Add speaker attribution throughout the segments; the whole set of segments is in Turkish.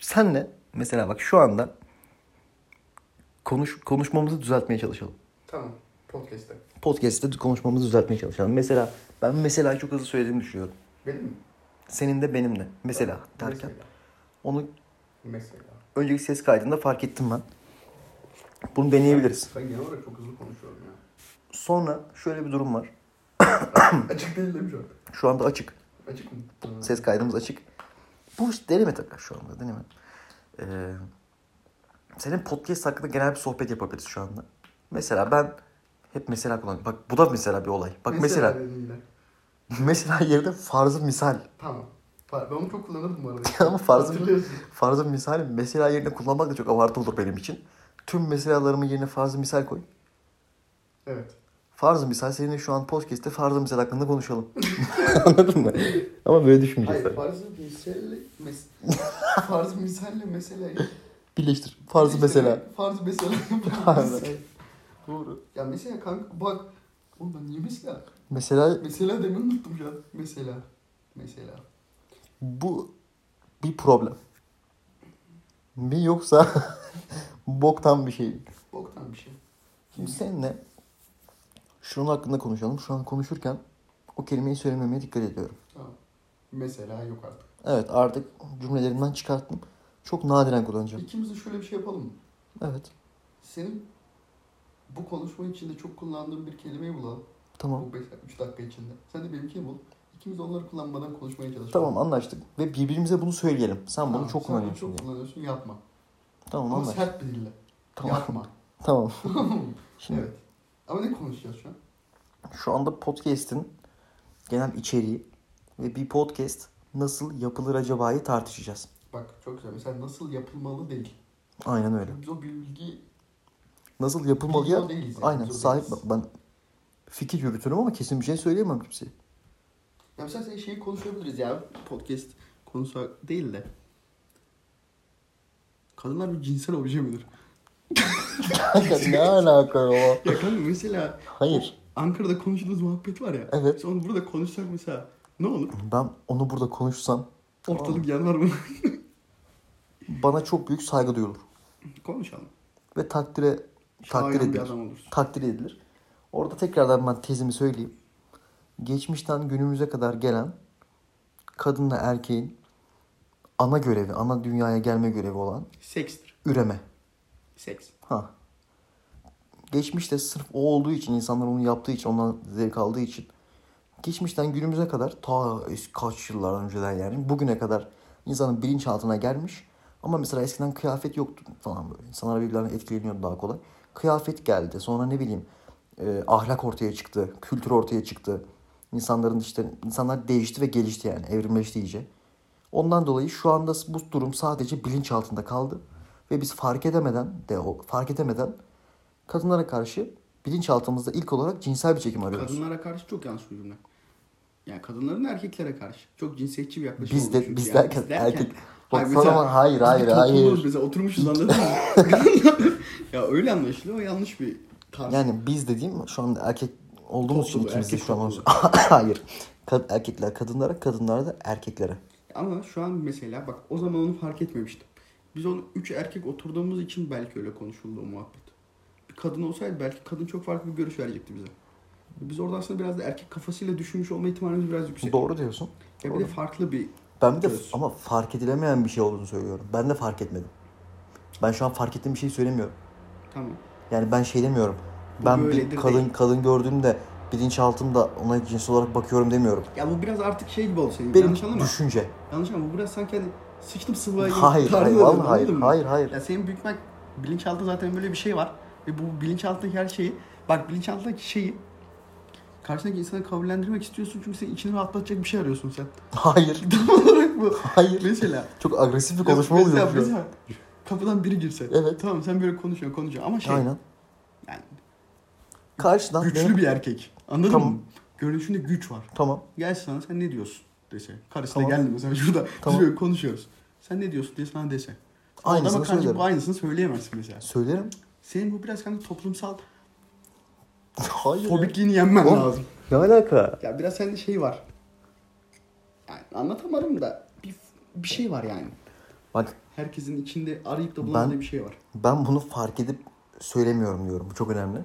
Speaker 1: Senle mesela bak şu anda konuş konuşmamızı düzeltmeye çalışalım.
Speaker 2: Tamam. Podcast'te.
Speaker 1: Podcast'te konuşmamızı düzeltmeye çalışalım. Mesela ben mesela çok hızlı söylediğimi düşünüyorum.
Speaker 2: Benim mi?
Speaker 1: Senin de benim de. Mesela derken.
Speaker 2: Mesela.
Speaker 1: Onu
Speaker 2: Mesela.
Speaker 1: önceki ses kaydında fark ettim ben. Bunu deneyebiliriz.
Speaker 2: Ben genel olarak çok hızlı konuşuyorum ya.
Speaker 1: Sonra şöyle bir durum var.
Speaker 2: Açık değil de şu an.
Speaker 1: Şu anda açık.
Speaker 2: Açık mı?
Speaker 1: Ses kaydımız açık. Bu işte deneme takar şu anda deneme. Ee, senin podcast hakkında genel bir sohbet yapabiliriz şu anda. Mesela ben hep mesela kullanıyorum. Bak bu da mesela bir olay. Bak mesela
Speaker 2: dediğinde.
Speaker 1: mesela, yerine farzı misal.
Speaker 2: Tamam. Fa- Ben onu çok kullanırdım bu arada.
Speaker 1: Ama farzı-
Speaker 2: Hatırlıyorsun.
Speaker 1: Farzı misal mesela yerine kullanmak da çok abartı olur benim için. Tüm meselalarımın yerine farzı misal koy.
Speaker 2: Evet.
Speaker 1: Farzı misal seninle şu an podcast'te farzı misal hakkında konuşalım. Anladın mı? Ama böyle düşünmeyeceğiz
Speaker 2: Hayır
Speaker 1: tabii.
Speaker 2: farzı misalle mes farz misalle mesele.
Speaker 1: Birleştir. Farzı
Speaker 2: İşte
Speaker 1: mesela.
Speaker 2: Farz mesela.
Speaker 1: Farzı.
Speaker 2: Doğru. Ya mesela kanka bak. Oğlum ben niye mesela?
Speaker 1: Mesela
Speaker 2: Mesela demin unuttum şu an. Mesela. Mesela.
Speaker 1: bu bir problem. Mi yoksa boktan bir şey.
Speaker 2: Boktan bir şey.
Speaker 1: Şimdi seninle şunun hakkında konuşalım. Şu an konuşurken o kelimeyi söylememeye dikkat ediyorum.
Speaker 2: Tamam. Mesela yok artık.
Speaker 1: Evet artık cümlelerimden çıkarttım. Çok nadiren kullanacağım.
Speaker 2: İkimiz de şöyle bir şey yapalım mı?
Speaker 1: Evet
Speaker 2: Senin bu konuşma içinde çok kullandığın bir kelimeyi bulalım.
Speaker 1: tamam.
Speaker 2: Bu 3 dakika içinde. Sen de benimkini bul. İkimiz de onları kullanmadan konuşmaya çalışalım.
Speaker 1: Tamam anlaştık. Ve birbirimize bunu söyleyelim. Sen bunu
Speaker 2: Tamam,
Speaker 1: çok
Speaker 2: sen
Speaker 1: kullanıyorsun.
Speaker 2: Çok
Speaker 1: diye.
Speaker 2: kullanıyorsun yapma.
Speaker 1: Tamam
Speaker 2: Ama
Speaker 1: anlaştık.
Speaker 2: sert bir dille.
Speaker 1: Tamam.
Speaker 2: Yapma.
Speaker 1: Tamam. Şimdi
Speaker 2: evet. Ama ne konuşacağız şu an?
Speaker 1: Şu anda podcast'in genel içeriği ve bir podcast nasıl yapılır acaba'yı tartışacağız.
Speaker 2: Bak çok güzel. Mesela nasıl yapılmalı değil.
Speaker 1: Aynen öyle.
Speaker 2: Biz o bilgi
Speaker 1: Nasıl yapılmalıya
Speaker 2: Biz o değiliz yani,
Speaker 1: aynen
Speaker 2: biz o
Speaker 1: sahip
Speaker 2: değiliz.
Speaker 1: ben fikir yürütürüm ama kesin bir şey söyleyemem kimseye.
Speaker 2: Ya mesela sen şeyi konuşabiliriz ya. Podcast konusu değil de. Kadınlar bir cinsel obje midir?
Speaker 1: Kanka ne alaka ya?
Speaker 2: Ya kanka mesela
Speaker 1: Hayır.
Speaker 2: Ankara'da konuştuğumuz muhabbet var ya.
Speaker 1: Evet.
Speaker 2: Biz onu burada konuşsak mesela ne olur?
Speaker 1: Ben onu burada konuşsam
Speaker 2: Ortalık yanar mı?
Speaker 1: bana çok büyük saygı duyulur
Speaker 2: Konuşalım.
Speaker 1: ve takdire takdir
Speaker 2: Şayan bir
Speaker 1: edilir.
Speaker 2: adam olursun.
Speaker 1: Takdir edilir. Orada tekrardan ben tezimi söyleyeyim. Geçmişten günümüze kadar gelen kadınla erkeğin ana görevi, ana dünyaya gelme görevi olan
Speaker 2: Sekstir.
Speaker 1: üreme.
Speaker 2: Seks.
Speaker 1: Ha. Geçmişte sırf o olduğu için insanlar onu yaptığı için ondan zevk aldığı için geçmişten günümüze kadar ta es- kaç yıllar önceden yani bugüne kadar insanın bilinçaltına gelmiş ama mesela eskiden kıyafet yoktu falan böyle. İnsanlar birbirlerine etkileniyordu daha kolay. Kıyafet geldi. Sonra ne bileyim e, ahlak ortaya çıktı. Kültür ortaya çıktı. İnsanların işte insanlar değişti ve gelişti yani. Evrimleşti iyice. Ondan dolayı şu anda bu durum sadece bilinç altında kaldı ve biz fark edemeden de o fark edemeden kadınlara karşı bilinçaltımızda ilk olarak cinsel bir çekim arıyoruz.
Speaker 2: Kadınlara karşı çok yanlış bir cümle. Yani kadınların erkeklere karşı. Çok cinsiyetçi bir yaklaşım
Speaker 1: Biz
Speaker 2: oldu
Speaker 1: de
Speaker 2: çünkü
Speaker 1: biz
Speaker 2: yani.
Speaker 1: derken
Speaker 2: Biz
Speaker 1: erkek. Bak
Speaker 2: Hayır,
Speaker 1: sana
Speaker 2: mesela-
Speaker 1: bak, hayır hayır
Speaker 2: Biz bir toplumuz,
Speaker 1: hayır.
Speaker 2: Bize oturmuşuz anladın mı? ya öyle anlaşılıyor. O yanlış bir tarz.
Speaker 1: Yani biz dediğim şu anda erkek olduğumuz için
Speaker 2: Toplumu,
Speaker 1: ikimiz de
Speaker 2: erkek
Speaker 1: şu an
Speaker 2: toplumu.
Speaker 1: hayır. Kad- erkekler kadınlara, kadınlar da erkeklere.
Speaker 2: Ama şu an mesela bak o zaman onu fark etmemiştim. Biz onu üç erkek oturduğumuz için belki öyle konuşuldu o muhabbet. Bir kadın olsaydı belki kadın çok farklı bir görüş verecekti bize. Biz orada aslında biraz da erkek kafasıyla düşünmüş olma ihtimalimiz biraz yüksek.
Speaker 1: Doğru diyorsun.
Speaker 2: Ya bir de farklı bir
Speaker 1: Ben bir de
Speaker 2: Diyorsun.
Speaker 1: ama fark edilemeyen bir şey olduğunu söylüyorum. Ben de fark etmedim. Ben şu an fark ettiğim bir şey söylemiyorum.
Speaker 2: tamam.
Speaker 1: Yani ben şey demiyorum.
Speaker 2: Bu
Speaker 1: Ben bir
Speaker 2: böyledir
Speaker 1: kadın
Speaker 2: değil.
Speaker 1: kadın gördüğümde bilinçaltımda ona cins olarak bakıyorum demiyorum.
Speaker 2: Ya bu biraz artık şey gibi oldu senin.
Speaker 1: Benim
Speaker 2: yanlış anlama.
Speaker 1: düşünce.
Speaker 2: Yanlış anlama. Bu biraz sanki hani sıçtım sıvaya gibi
Speaker 1: Hayır,
Speaker 2: tarzı
Speaker 1: hayır,
Speaker 2: oldu,
Speaker 1: vallahi hayır,
Speaker 2: anladın mı?
Speaker 1: hayır, hayır.
Speaker 2: Ya senin büyük ihtimal bilinçaltı zaten böyle bir şey var. Ve bu bilinçaltındaki her şeyi, bak bilinçaltındaki şeyi karşındaki insanı kabullendirmek istiyorsun çünkü senin içini rahatlatacak bir şey arıyorsun sen.
Speaker 1: Hayır.
Speaker 2: Tam olarak bu.
Speaker 1: Hayır.
Speaker 2: Mesela.
Speaker 1: Çok agresif bir konuşma
Speaker 2: Mesela-
Speaker 1: oluyor şu an.
Speaker 2: mesela Kapıdan biri girse.
Speaker 1: Evet.
Speaker 2: Tamam sen böyle konuşuyorsun konuşuyorsun ama şey
Speaker 1: Aynen.
Speaker 2: yani
Speaker 1: Karşıdan benim-
Speaker 2: güçlü bir erkek. Anladın
Speaker 1: Tamam.
Speaker 2: mı? Görünüşünde güç var.
Speaker 1: Tamam.
Speaker 2: Gel sana sen ne diyorsun dese. Karısı
Speaker 1: Tamam.
Speaker 2: da geldi mesela şurada.
Speaker 1: Tamam.
Speaker 2: Biz böyle konuşuyoruz. Sen ne diyorsun diye sana dese.
Speaker 1: Aynısını
Speaker 2: Ama kanka
Speaker 1: söylerim.
Speaker 2: bu aynısını söyleyemezsin mesela.
Speaker 1: Söylerim.
Speaker 2: Senin bu biraz kanka toplumsal
Speaker 1: Hayır.
Speaker 2: fobikliğini yenmen
Speaker 1: Oğlum.
Speaker 2: lazım.
Speaker 1: Ne alaka?
Speaker 2: Ya biraz sende şey var. Yani anlatamadım da bir, bir şey var yani.
Speaker 1: Bak
Speaker 2: herkesin içinde arayıp da
Speaker 1: Ben-
Speaker 2: bulamadığı bir şey var.
Speaker 1: Ben bunu fark edip söylemiyorum diyorum. Bu çok önemli.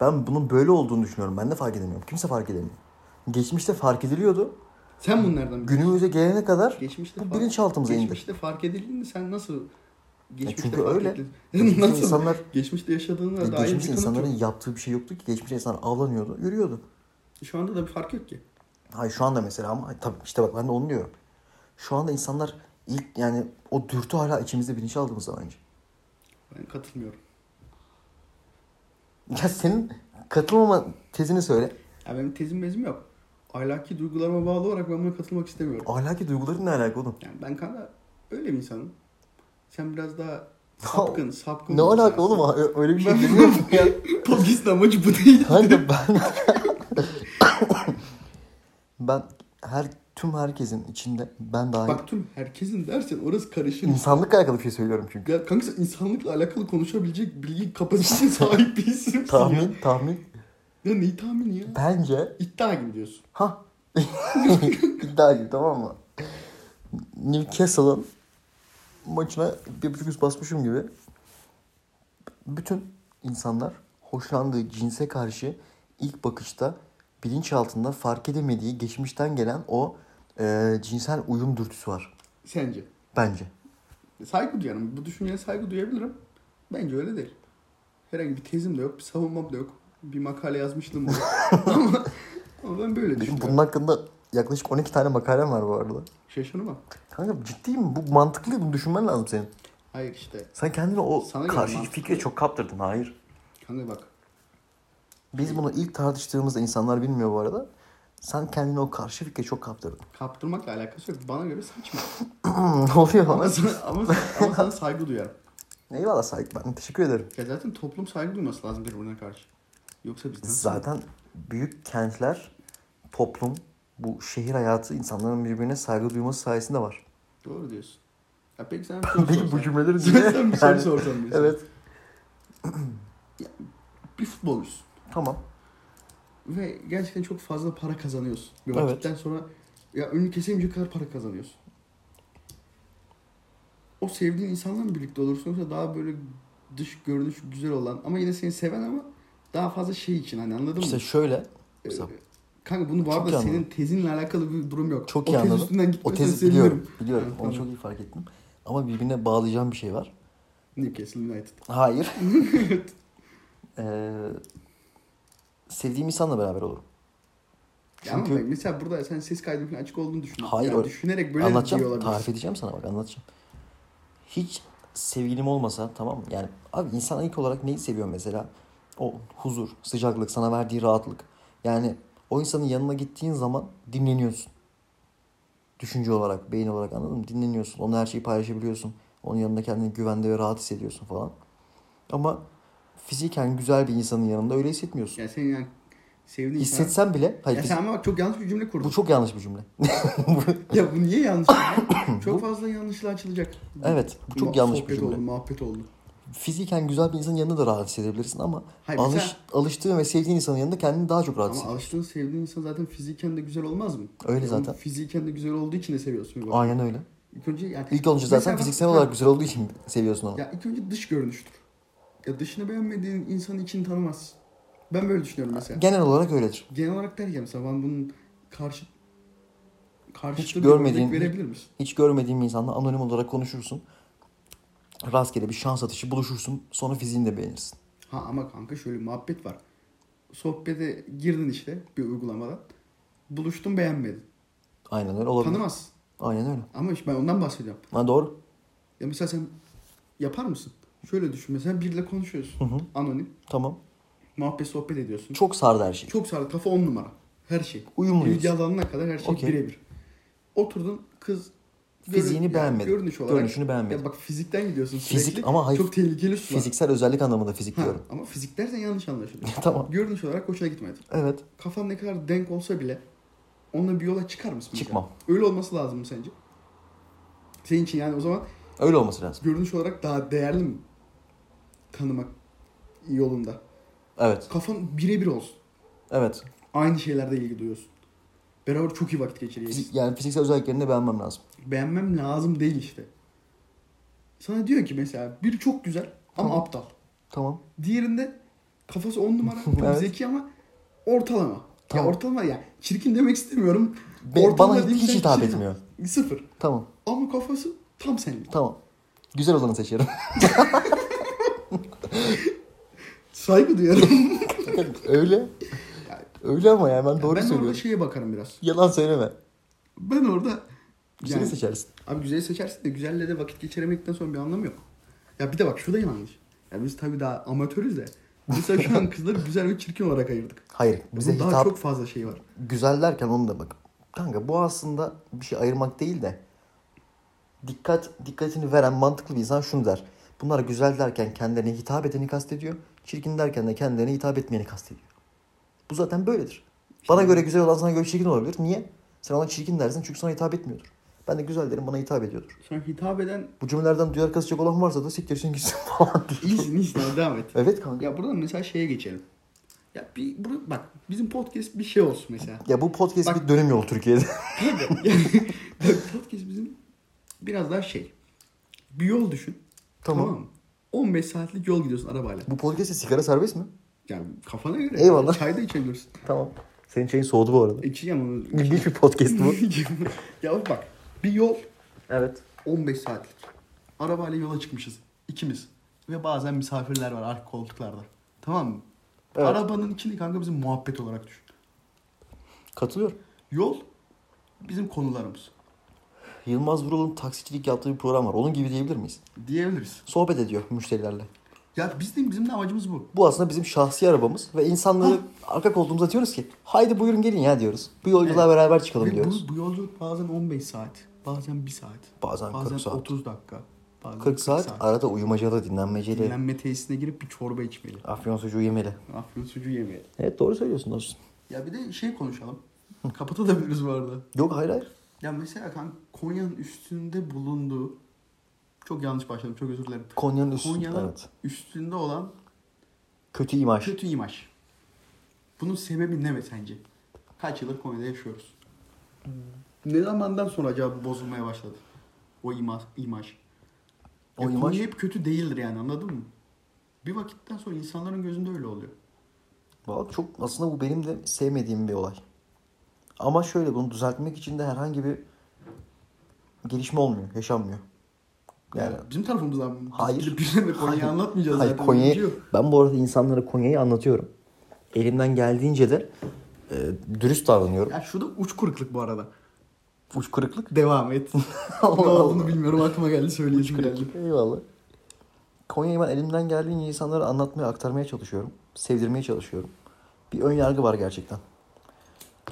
Speaker 1: Ben bunun böyle olduğunu düşünüyorum. Ben de fark edemiyorum. Kimse fark edemiyor. Geçmişte fark ediliyordu.
Speaker 2: Sen bunlardan bir
Speaker 1: Günümüze gelene kadar
Speaker 2: geçmişte
Speaker 1: bu
Speaker 2: fark-
Speaker 1: bilinçaltımıza indi.
Speaker 2: Geçmişte fark edildiğini sen nasıl geçmişte
Speaker 1: çünkü
Speaker 2: fark
Speaker 1: öyle.
Speaker 2: ettin?
Speaker 1: Geçmiş
Speaker 2: nasıl
Speaker 1: insanlar
Speaker 2: geçmişte yaşadığına dair bir
Speaker 1: E, geçmiş
Speaker 2: kanıt
Speaker 1: insanların
Speaker 2: yok.
Speaker 1: yaptığı bir şey yoktu ki. Geçmiş insanlar avlanıyordu, yürüyordu.
Speaker 2: Şu anda da bir fark yok ki.
Speaker 1: Hayır şu anda mesela ama ay, tabii işte bak ben de onu diyorum. Şu anda insanlar ilk yani o dürtü hala içimizde bilinçaltımızda bence.
Speaker 2: Ben katılmıyorum.
Speaker 1: Ya senin katılmama tezini söyle.
Speaker 2: Ya benim tezim mezim yok. Ahlaki duygularıma bağlı olarak ben buna katılmak istemiyorum.
Speaker 1: Ahlaki duyguların ne alaka oğlum?
Speaker 2: Yani ben kanka öyle bir insanım. Sen biraz daha sapkın, sapkın.
Speaker 1: Ne
Speaker 2: bir
Speaker 1: alaka
Speaker 2: insansın.
Speaker 1: oğlum? Ö- Öyle bir şey demiyor mu ya?
Speaker 2: Podcast'ın amacı bu değil.
Speaker 1: Kanka ben... ben her tüm herkesin içinde ben dahil
Speaker 2: Bak tüm herkesin dersen orası karışır.
Speaker 1: insanlıkla alakalı bir şey söylüyorum çünkü.
Speaker 2: Ya kanka sen insanlıkla alakalı konuşabilecek bilgi kapasitesine sahip bir isimsin ya.
Speaker 1: Tahmin, tahmin.
Speaker 2: Ya neyi tahmin ya?
Speaker 1: Bence
Speaker 2: İddia gibi diyorsun.
Speaker 1: ha iddia gibi tamam mı? Newcastle'ın maçına bir buçuk üst basmışım gibi bütün insanlar hoşlandığı cinse karşı ilk bakışta bilinçaltında fark edemediği geçmişten gelen o e, cinsel uyum dürtüsü var.
Speaker 2: Sence?
Speaker 1: Bence.
Speaker 2: Saygı duyarım. Bu düşünceye saygı duyabilirim. Bence öyle değil. Herhangi bir tezim de yok, bir savunmam da yok. Bir makale yazmıştım yok. ama, ama ben böyle
Speaker 1: Benim
Speaker 2: düşünüyorum.
Speaker 1: bunun hakkında yaklaşık 12 tane makalem var bu arada.
Speaker 2: Şaşırma.
Speaker 1: Kanka ciddiyim bu mantıklı bunu düşünmen lazım senin.
Speaker 2: Hayır işte.
Speaker 1: Sen kendini o
Speaker 2: Sana göre
Speaker 1: karşı
Speaker 2: mantıklı.
Speaker 1: fikre çok kaptırdın hayır.
Speaker 2: Kanka bak.
Speaker 1: Biz bunu ilk tartıştığımızda insanlar bilmiyor bu arada. Sen kendini o karşı fikre çok kaptırdın.
Speaker 2: Kaptırmakla alakası yok. Bana göre saçma.
Speaker 1: ne oluyor
Speaker 2: Ama
Speaker 1: bana?
Speaker 2: sana, ama, ama sana saygı duyarım.
Speaker 1: Eyvallah saygı ben teşekkür ederim.
Speaker 2: Ya zaten toplum saygı duyması lazım birbirine karşı. Yoksa biz nasıl-
Speaker 1: Zaten büyük kentler, toplum, bu şehir hayatı insanların birbirine saygı duyması sayesinde var.
Speaker 2: Doğru diyorsun. Ya peki sen bir soru
Speaker 1: Peki bu
Speaker 2: sorsan.
Speaker 1: cümleleri niye?
Speaker 2: Sen bir soru
Speaker 1: Yani-
Speaker 2: sorsan. mesela.
Speaker 1: Evet
Speaker 2: Bir futbolcusun.
Speaker 1: tamam.
Speaker 2: Ve gerçekten çok fazla para kazanıyorsun. Bir
Speaker 1: Evet.
Speaker 2: vakitten sonra ya önünü kesemeyecek kadar para kazanıyorsun. O sevdiğin insanla mı birlikte olursun yoksa daha böyle dış görünüş güzel olan ama yine seni seven ama daha fazla şey için hani anladın
Speaker 1: İşte
Speaker 2: mı?
Speaker 1: şöyle.
Speaker 2: Ee,
Speaker 1: mesela-
Speaker 2: kanka bunu bu
Speaker 1: Çok iyi
Speaker 2: arada senin
Speaker 1: anladım.
Speaker 2: tezinle alakalı bir durum yok.
Speaker 1: Çok iyi
Speaker 2: o tez
Speaker 1: anladım.
Speaker 2: üstünden
Speaker 1: O
Speaker 2: gitmesen
Speaker 1: tezi
Speaker 2: sevinirim.
Speaker 1: biliyorum. Biliyorum.
Speaker 2: Ha,
Speaker 1: Onu
Speaker 2: tamam.
Speaker 1: çok iyi fark ettim. Ama birbirine bağlayacağım bir şey var.
Speaker 2: Newcastle United.
Speaker 1: Hayır. ee, sevdiğim insanla beraber olurum.
Speaker 2: Ya ama
Speaker 1: Çünkü-
Speaker 2: bak mesela burada sen ses kaydının falan açık olduğunu düşün.
Speaker 1: Hayır,
Speaker 2: Yani
Speaker 1: öyle-
Speaker 2: düşünerek böyle şey de diyor
Speaker 1: anlatacağım.
Speaker 2: olabilirsin.
Speaker 1: Tarif edeceğim sana bak anlatacağım. Hiç sevgilim olmasa tamam mı? Yani abi insan ilk olarak neyi seviyor mesela? O huzur, sıcaklık, sana verdiği rahatlık. Yani o insanın yanına gittiğin zaman dinleniyorsun. Düşünce olarak, beyin olarak anladın mı? Dinleniyorsun. Onunla her şeyi paylaşabiliyorsun. Onun yanında kendini güvende ve rahat hissediyorsun falan. Ama fiziken güzel bir insanın yanında öyle hissetmiyorsun.
Speaker 2: Yani senin yani sevdiğin insan...
Speaker 1: Hissetsen bile... Hayır,
Speaker 2: Ya
Speaker 1: fiz-
Speaker 2: sen ama bak çok yanlış bir cümle kurdun.
Speaker 1: bu çok yanlış bir cümle.
Speaker 2: Ya bu niye yanlış? Çok fazla yanlışla açılacak.
Speaker 1: Evet, bu çok
Speaker 2: Ma-
Speaker 1: yanlış bir
Speaker 2: sohbet
Speaker 1: cümle.
Speaker 2: oldu, muhabbet oldu.
Speaker 1: fiziken güzel bir insanın yanında da rahat hissedebilirsin ama
Speaker 2: Hayır,
Speaker 1: alış,
Speaker 2: mesela-
Speaker 1: alıştığın ve sevdiğin insanın yanında kendini daha çok rahat
Speaker 2: Ama
Speaker 1: hissediyorsun.
Speaker 2: alıştığın sevdiğin insan zaten fiziken de güzel olmaz mı?
Speaker 1: Öyle
Speaker 2: Yani
Speaker 1: zaten.
Speaker 2: Fiziken de güzel olduğu için de seviyorsun. bir bakıma.
Speaker 1: Aynen öyle.
Speaker 2: İlk önce yani
Speaker 1: İlk olunca zaten
Speaker 2: Mesela bak-
Speaker 1: fiziksel
Speaker 2: ha,
Speaker 1: olarak güzel olduğu için seviyorsun onu.
Speaker 2: Ya ilk önce dış görünüştür. Ya dışını beğenmediğin insanı için tanımazsın. Ben böyle düşünüyorum mesela.
Speaker 1: Genel olarak öyledir.
Speaker 2: Genel olarak derken mesela ben bunun karşı karşıtı bir
Speaker 1: görmediğin-
Speaker 2: örnek verebilir misin?
Speaker 1: Hiç görmediğin bir insanla anonim olarak konuşursun. Rastgele bir şans atışı buluşursun. Sonra fiziğini de beğenirsin.
Speaker 2: Ha ama kanka şöyle bir muhabbet var. Sohbete girdin işte bir uygulamadan. Buluştun beğenmedin.
Speaker 1: Aynen öyle olabilir.
Speaker 2: Tanımazsın.
Speaker 1: Aynen öyle.
Speaker 2: Ama işte ben ondan bahsediyorum.
Speaker 1: Ha, doğru.
Speaker 2: Ya mesela sen yapar mısın? Şöyle düşün mesela biriyle konuşuyorsun. Anonim.
Speaker 1: Tamam.
Speaker 2: Muhabbet sohbet ediyorsun. Çok,
Speaker 1: Çok sardı her şey.
Speaker 2: sarı kafa on numara. Her şey.
Speaker 1: Uyumluyuz.
Speaker 2: İlgi alanına kadar her şey
Speaker 1: Okey.
Speaker 2: birebir. Oturdun kız
Speaker 1: Fiziğini beğenmedin.
Speaker 2: Görünüş olarak.
Speaker 1: Görünüşünü beğenmedin.
Speaker 2: Ya bak fizikten gidiyorsun
Speaker 1: Fizik
Speaker 2: sürekli.
Speaker 1: ama hayır.
Speaker 2: Çok tehlikeli sular.
Speaker 1: Fiziksel özellik anlamında fizik
Speaker 2: Ha,
Speaker 1: diyorum.
Speaker 2: ama fizik dersen yanlış anlaşılıyor.
Speaker 1: Tamam.
Speaker 2: Görünüş olarak hoşuna gitmedi.
Speaker 1: Evet.
Speaker 2: Kafan ne kadar denk olsa bile onunla bir yola çıkar mısın? mesela?
Speaker 1: Çıkmam.
Speaker 2: Öyle olması lazım mı sence? Senin için yani o zaman
Speaker 1: Öyle olması lazım.
Speaker 2: görünüş olarak daha değerli mi? Tanımak yolunda.
Speaker 1: Evet.
Speaker 2: Kafan birebir olsun.
Speaker 1: Evet.
Speaker 2: Aynı şeylerde ilgi duyuyorsun. Beraber çok iyi vakit geçiriyorsun.
Speaker 1: Fizik- yani fiziksel özelliklerini de beğenmem lazım.
Speaker 2: Beğenmem lazım değil işte. Sana diyor ki mesela biri çok güzel ama
Speaker 1: Tamam.
Speaker 2: aptal.
Speaker 1: Tamam.
Speaker 2: Diğerinde kafası on numara,
Speaker 1: Evet.
Speaker 2: zeki ama ortalama.
Speaker 1: Tamam.
Speaker 2: Ya ortalama ya çirkin demek istemiyorum.
Speaker 1: Be-
Speaker 2: Ortalama
Speaker 1: bana
Speaker 2: diyeyim,
Speaker 1: hiç
Speaker 2: sen
Speaker 1: hitap
Speaker 2: çirkin-
Speaker 1: etmiyor.
Speaker 2: Sıfır.
Speaker 1: Tamam.
Speaker 2: Ama kafası tam senlik.
Speaker 1: Tamam. Güzel olanı seçerim.
Speaker 2: Saygı duyarım.
Speaker 1: Öyle.
Speaker 2: Ya-
Speaker 1: Öyle ama yani ben doğru
Speaker 2: ben orada
Speaker 1: söylüyorum.
Speaker 2: şeye bakarım biraz.
Speaker 1: Yalan söyleme.
Speaker 2: Ben orada
Speaker 1: Güzeli
Speaker 2: Yani-
Speaker 1: seçersin.
Speaker 2: Abi güzeli seçersin de güzelle de vakit geçiremekten sonra bir anlamı yok. Ya bir de bak şurada yanlış. Ya biz tabii daha amatörüz de. Mesela şu an kızları güzel ve çirkin olarak ayırdık.
Speaker 1: Hayır. Bize
Speaker 2: Bunun daha
Speaker 1: hitap
Speaker 2: çok fazla şey var.
Speaker 1: güzel derken onu da bak. Kanka bu aslında bir şey ayırmak değil de dikkat dikkatini veren mantıklı bir insan şunu der. Bunlar güzel derken kendilerine hitap edeni kastediyor. Çirkin derken de kendilerine hitap etmeyeni kastediyor. Bu zaten böyledir. Bana göre güzel olan sana göre çirkin olabilir. Niye? Sen ona çirkin dersin çünkü sana hitap etmiyordur. Ben de güzel derim bana hitap ediyordur.
Speaker 2: Sonra hitap eden
Speaker 1: Bu cümlelerden duyar kasacak olan varsa da siktirsin gitsin falan diye.
Speaker 2: iyisin iyisin abi, devam et.
Speaker 1: Evet kanka.
Speaker 2: Ya buradan mesela şeye geçelim. Ya bir bura, bak bizim podcast bir şey olsun mesela.
Speaker 1: Ya bu podcast
Speaker 2: Bak-
Speaker 1: bir dönüm yolu Türkiye'de.
Speaker 2: Tabii. Yani podcast bizim biraz daha şey. Bir yol düşün.
Speaker 1: Tamam.
Speaker 2: mı? 15 saatlik yol gidiyorsun arabayla.
Speaker 1: bu podcast'te sigara serbest mi?
Speaker 2: Yani kafana göre.
Speaker 1: Eyvallah.
Speaker 2: Çay da içebilirsin.
Speaker 1: Tamam. Senin çayın soğudu bu arada.
Speaker 2: İçeceğim onu.
Speaker 1: İlginç bir podcast bu.
Speaker 2: ya bak bir yol
Speaker 1: Evet.
Speaker 2: 15 saatlik. Arabayla yola çıkmışız ikimiz. Ve bazen misafirler var arka koltuklarda. Tamam mı?
Speaker 1: Evet.
Speaker 2: Arabanın içini kanka bizim muhabbet olarak düşün.
Speaker 1: Katılıyorum.
Speaker 2: Yol bizim konularımız
Speaker 1: Yılmaz Vural'ın taksicilik yaptığı bir program var. Onun gibi diyebilir miyiz?
Speaker 2: diyebiliriz.
Speaker 1: Sohbet ediyor müşterilerle.
Speaker 2: Ya biz de bizim de amacımız bu.
Speaker 1: Bu aslında bizim şahsi arabamız ve insanları arka koltuğumuza diyoruz ki haydi buyurun gelin ya diyoruz. Bu yolculuğa beraber çıkalım
Speaker 2: Ve
Speaker 1: diyoruz.
Speaker 2: bu, bu yolculuk bazen 15 saat, bazen 1 saat,
Speaker 1: Bazen 40 saat.
Speaker 2: 30 dakika, bazen
Speaker 1: 40 saat, arada uyumacalı, dinlenmeceli,
Speaker 2: Dinlenme tesisine girip bir çorba içmeli.
Speaker 1: afyon sucuğu yemeli.
Speaker 2: Afyon sucuğu yemeli.
Speaker 1: Evet doğru söylüyorsun dostum.
Speaker 2: Ya bir de şey konuşalım. Kapatabiliriz bu arada.
Speaker 1: Yok hayır hayır.
Speaker 2: Ya mesela kanka Konya'nın üstünde bulunduğu çok yanlış başladım çok özür dilerim.
Speaker 1: Konya'nın üstü.
Speaker 2: Konya'nın
Speaker 1: Evet.
Speaker 2: üstünde olan
Speaker 1: Kötü imaj.
Speaker 2: kötü imaj. Bunun sebebi ne mi sence? Kaç yıldır Konya'da yaşıyoruz? Hmm. Ne zamandan sonra acaba bu bozulmaya başladı? O imaj. imaj.
Speaker 1: O
Speaker 2: Ya
Speaker 1: imaj-
Speaker 2: Konya hep kötü değildir yani anladın mı? Bir vakitten sonra insanların gözünde öyle oluyor.
Speaker 1: Vallahi çok aslında bu benim de sevmediğim bir olay. Ama şöyle bunu düzeltmek için de herhangi bir gelişme olmuyor, yaşanmıyor. Yani
Speaker 2: Ya bizim tarafımızdan mı? Biz
Speaker 1: Hayır.
Speaker 2: gidip Birine de Konya'yı
Speaker 1: Hayır.
Speaker 2: anlatmayacağız
Speaker 1: Hayır,
Speaker 2: zaten.
Speaker 1: Konya'yı-
Speaker 2: Bir şey yok.
Speaker 1: ben bu arada insanlara Konya'yı anlatıyorum. Elimden geldiğince de e, dürüst davranıyorum.
Speaker 2: Ya şurada uç kuruklık bu arada.
Speaker 1: Uç kırıklık.
Speaker 2: Devam et. ne olduğunu bilmiyorum aklıma geldi söyleyeceğim geldi.
Speaker 1: Eyvallah. Konya'yı ben elimden geldiğince insanlara anlatmaya, aktarmaya çalışıyorum. Sevdirmeye çalışıyorum. Bir ön yargı var gerçekten.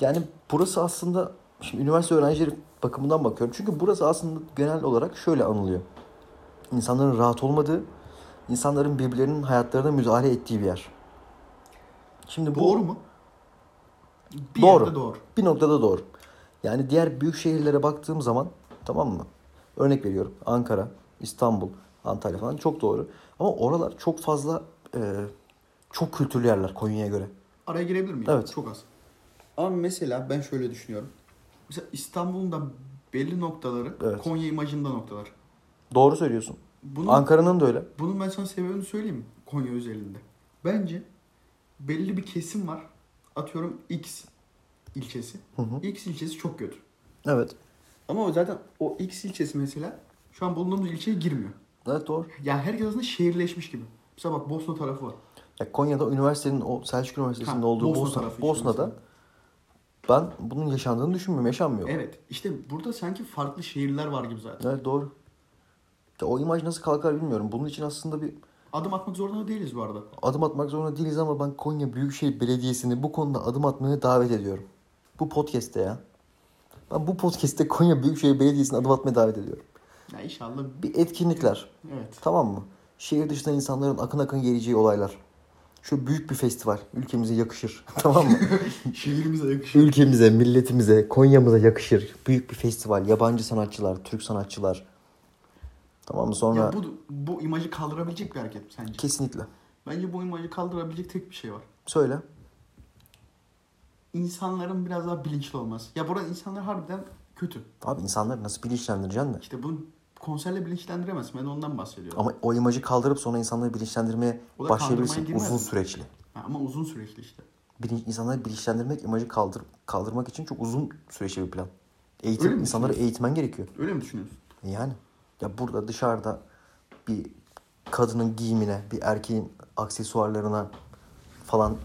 Speaker 1: Yani burası aslında şimdi üniversite öğrencileri bakımından bakıyorum. Çünkü burası aslında genel olarak şöyle anılıyor. İnsanların rahat olmadığı, insanların birbirlerinin hayatlarına müdahale ettiği bir yer. Şimdi bu
Speaker 2: Doğru mu? Bir
Speaker 1: Doğru.
Speaker 2: yerde doğru.
Speaker 1: bir noktada doğru. Yani diğer büyük şehirlere baktığım zaman tamam mı? Örnek veriyorum Ankara, İstanbul, Antalya falan çok doğru. Ama oralar çok fazla e, çok kültürlü yerler Konya'ya göre.
Speaker 2: Araya girebilir miyim?
Speaker 1: Evet.
Speaker 2: Çok az. Ama mesela ben şöyle düşünüyorum. Mesela İstanbul'un da belli noktaları
Speaker 1: Evet.
Speaker 2: Konya imajında noktalar.
Speaker 1: Doğru söylüyorsun.
Speaker 2: Bunun,
Speaker 1: Ankara'nın da öyle.
Speaker 2: bunun ben sana sebebini söyleyeyim mi? Konya özelinde. Bence belli bir kesim var. Atıyorum X ilçesi. X ilçesi çok kötü.
Speaker 1: Evet.
Speaker 2: Ama o zaten o X ilçesi mesela şu an bulunduğumuz ilçeye girmiyor.
Speaker 1: Evet doğru.
Speaker 2: Ya herkes aslında şehirleşmiş gibi. Mesela bak Bosna tarafı var.
Speaker 1: Ya Konya'da üniversitenin o Selçuk Üniversitesi'nin
Speaker 2: Ha,
Speaker 1: olduğu
Speaker 2: Bosna
Speaker 1: Bosna,
Speaker 2: tarafı için
Speaker 1: Bosna'da
Speaker 2: mesela.
Speaker 1: ben bunun yaşandığını düşünmüyorum. Yaşanmıyor. Evet,
Speaker 2: Evet. işte burada sanki farklı şehirler var gibi zaten.
Speaker 1: doğru. Ya o imaj nasıl kalkar bilmiyorum. Bunun için aslında bir
Speaker 2: Adım atmak zorunda değiliz bu arada.
Speaker 1: adım atmak zorunda değiliz ama ben Konya Büyükşehir Belediyesi'ni bu konuda adım atmaya davet ediyorum. Bu podcast'te ya. Ben bu podcast'te Konya Büyükşehir Belediyesi'ni adım atmaya davet ediyorum.
Speaker 2: Ya inşallah
Speaker 1: Bir etkinlikler.
Speaker 2: evet.
Speaker 1: Tamam mı? Şehir dışından insanların akın akın geleceği olaylar. Şöyle büyük bir festival. Ülkemize yakışır. tamam mı?
Speaker 2: Şehrimize yakışır.
Speaker 1: Ülkemize, milletimize, Konya'mıza yakışır. Büyük bir festival. Yabancı sanatçılar, Türk sanatçılar. Tamam mı? Sonra
Speaker 2: Ya bu, bu imajı kaldırabilecek bir hareket mi sence?
Speaker 1: kesinlikle.
Speaker 2: Bence bu imajı kaldırabilecek tek bir şey var.
Speaker 1: Söyle.
Speaker 2: İnsanların biraz daha bilinçli olması. Ya burada insanlar harbiden kötü.
Speaker 1: Abi insanları nasıl bilinçlendireceksin de?
Speaker 2: İşte bunun konserle bilinçlendiremezsin. Ben ondan bahsediyorum.
Speaker 1: Ama o imajı kaldırıp sonra insanları bilinçlendirmeye
Speaker 2: O da kaldırmaya
Speaker 1: başlayabilirsin
Speaker 2: girmez
Speaker 1: uzun
Speaker 2: mi?
Speaker 1: süreçli.
Speaker 2: Ha, ama uzun süreçli işte.
Speaker 1: Bilinç, insanları bilinçlendirmek, imajı kaldır, kaldırmak için çok uzun süreçli bir plan. Eğitim,
Speaker 2: Öyle mi
Speaker 1: insanları eğitmen gerekiyor.
Speaker 2: Öyle mi düşünüyorsun?
Speaker 1: Yani ya burada dışarıda bir kadının giyimine, bir erkeğin aksesuarlarına falan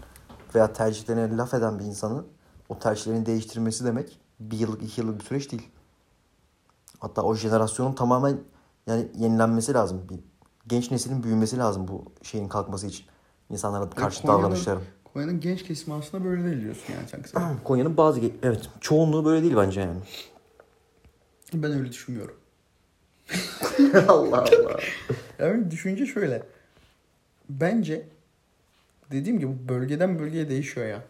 Speaker 1: veya tercihlerine laf eden bir insanı o tercihlerini değiştirmesi demek bir yıllık, iki yıllık bir süreç değil. Hatta o jenerasyonun tamamen yani yenilenmesi lazım. Bir genç neslin büyümesi lazım bu şeyin kalkması için. İnsanlara karşı
Speaker 2: Konya'nın-
Speaker 1: davranışların.
Speaker 2: Konya'nın genç kesimi aslında böyle değil diyorsun yani sen kısaca.
Speaker 1: Konya'nın bazı ge- evet çoğunluğu böyle değil bence yani.
Speaker 2: Ben öyle düşünmüyorum.
Speaker 1: Allah Allah.
Speaker 2: Yani düşünce şöyle. Bence dediğim gibi bu bölgeden bölgeye değişiyor ya.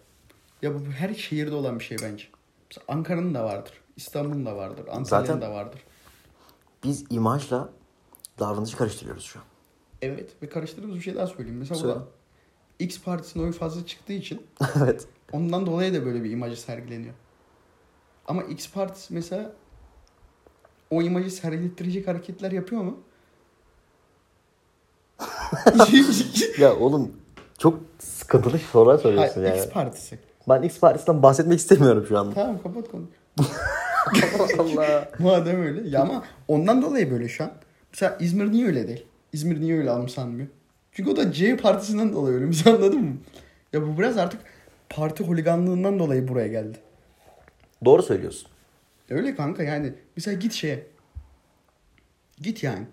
Speaker 2: Ya bu her şehirde olan bir şey bence. Mesela Ankara'nın da vardır. İstanbul'un da vardır. Antalya'nın
Speaker 1: Zaten-
Speaker 2: da vardır.
Speaker 1: Biz imajla davranışı karıştırıyoruz şu an.
Speaker 2: Evet ve karıştırdığımız bir şey daha söyleyeyim. Mesela
Speaker 1: Söyle.
Speaker 2: burada X partisinin oyu fazla çıktığı için
Speaker 1: evet.
Speaker 2: ondan dolayı da böyle bir imajı sergileniyor. Ama X partisi mesela o imajı sergilettirecek hareketler yapıyor mu?
Speaker 1: Ya oğlum çok sıkıntılı sorular soruyorsun
Speaker 2: Hayır,
Speaker 1: yani.
Speaker 2: X partisi.
Speaker 1: Ben X Partisi'nden bahsetmek istemiyorum şu anda.
Speaker 2: Tamam kapat konuyu.
Speaker 1: Allah.
Speaker 2: Madem öyle. Ya ama ondan dolayı böyle şu an. Mesela İzmir niye öyle değil? İzmir niye öyle anımsanmıyor? Çünkü o da C partisinden dolayı öyle. Bizi anladın mı? Ya bu biraz artık parti holiganlığından dolayı buraya geldi.
Speaker 1: Doğru söylüyorsun.
Speaker 2: Öyle kanka yani. Mesela git şeye. Git yani.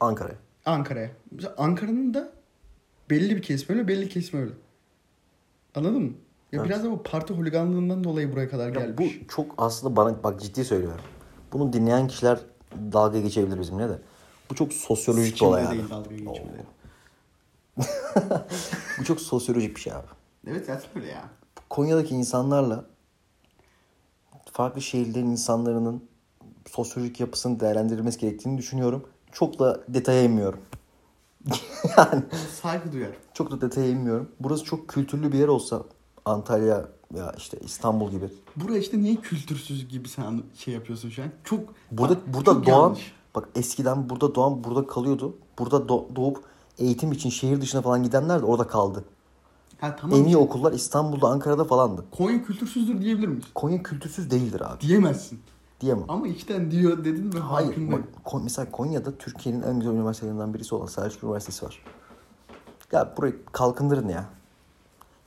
Speaker 1: Ankara'ya.
Speaker 2: Ankara'ya. Mesela Ankara'nın da belli bir kesimi öyle belli kesimi öyle. Anladın mı? Ya biraz da bu parti holiganlığından dolayı buraya kadar
Speaker 1: Ya
Speaker 2: gelmiş.
Speaker 1: bu çok aslında bana bak ciddi söylüyorum. Bunu dinleyen kişiler dalga geçebilir bizimle de. Bu çok sosyolojik bir
Speaker 2: Sikimde
Speaker 1: olay abi.
Speaker 2: değil dalga geçmeleri.
Speaker 1: Bu çok sosyolojik bir şey abi.
Speaker 2: Evet zaten öyle ya.
Speaker 1: Konya'daki insanlarla farklı şehirlerin insanların sosyolojik yapısını değerlendirilmesi gerektiğini düşünüyorum. Çok da detaya inmiyorum. yani
Speaker 2: Saygı duyarım.
Speaker 1: Çok da detaya inmiyorum. Burası çok kültürlü bir yer olsa Antalya ya işte İstanbul gibi.
Speaker 2: Buraya işte niye kültürsüz gibi sen şey yapıyorsun şu an? Çok
Speaker 1: Burada
Speaker 2: bak,
Speaker 1: burada
Speaker 2: çok
Speaker 1: doğan
Speaker 2: yanlış.
Speaker 1: bak eskiden burada doğan burada kalıyordu. Burada do- doğup eğitim için şehir dışına falan gidenler de orada kaldı.
Speaker 2: Ha tamam.
Speaker 1: En iyi okullar İstanbul'da, Ankara'da falandı.
Speaker 2: Konya kültürsüzdür diyebilir miyiz?
Speaker 1: Konya kültürsüz değildir abi.
Speaker 2: Diyemezsin.
Speaker 1: Diyemem.
Speaker 2: Ama içten diyor dedin mi?
Speaker 1: Hayır.
Speaker 2: farkındayım.
Speaker 1: Bak, Kon- mesela Konya'da Türkiye'nin en güzel üniversitelerinden birisi olan Selçuk Üniversitesi var. Ya burayı kalkındırın ya.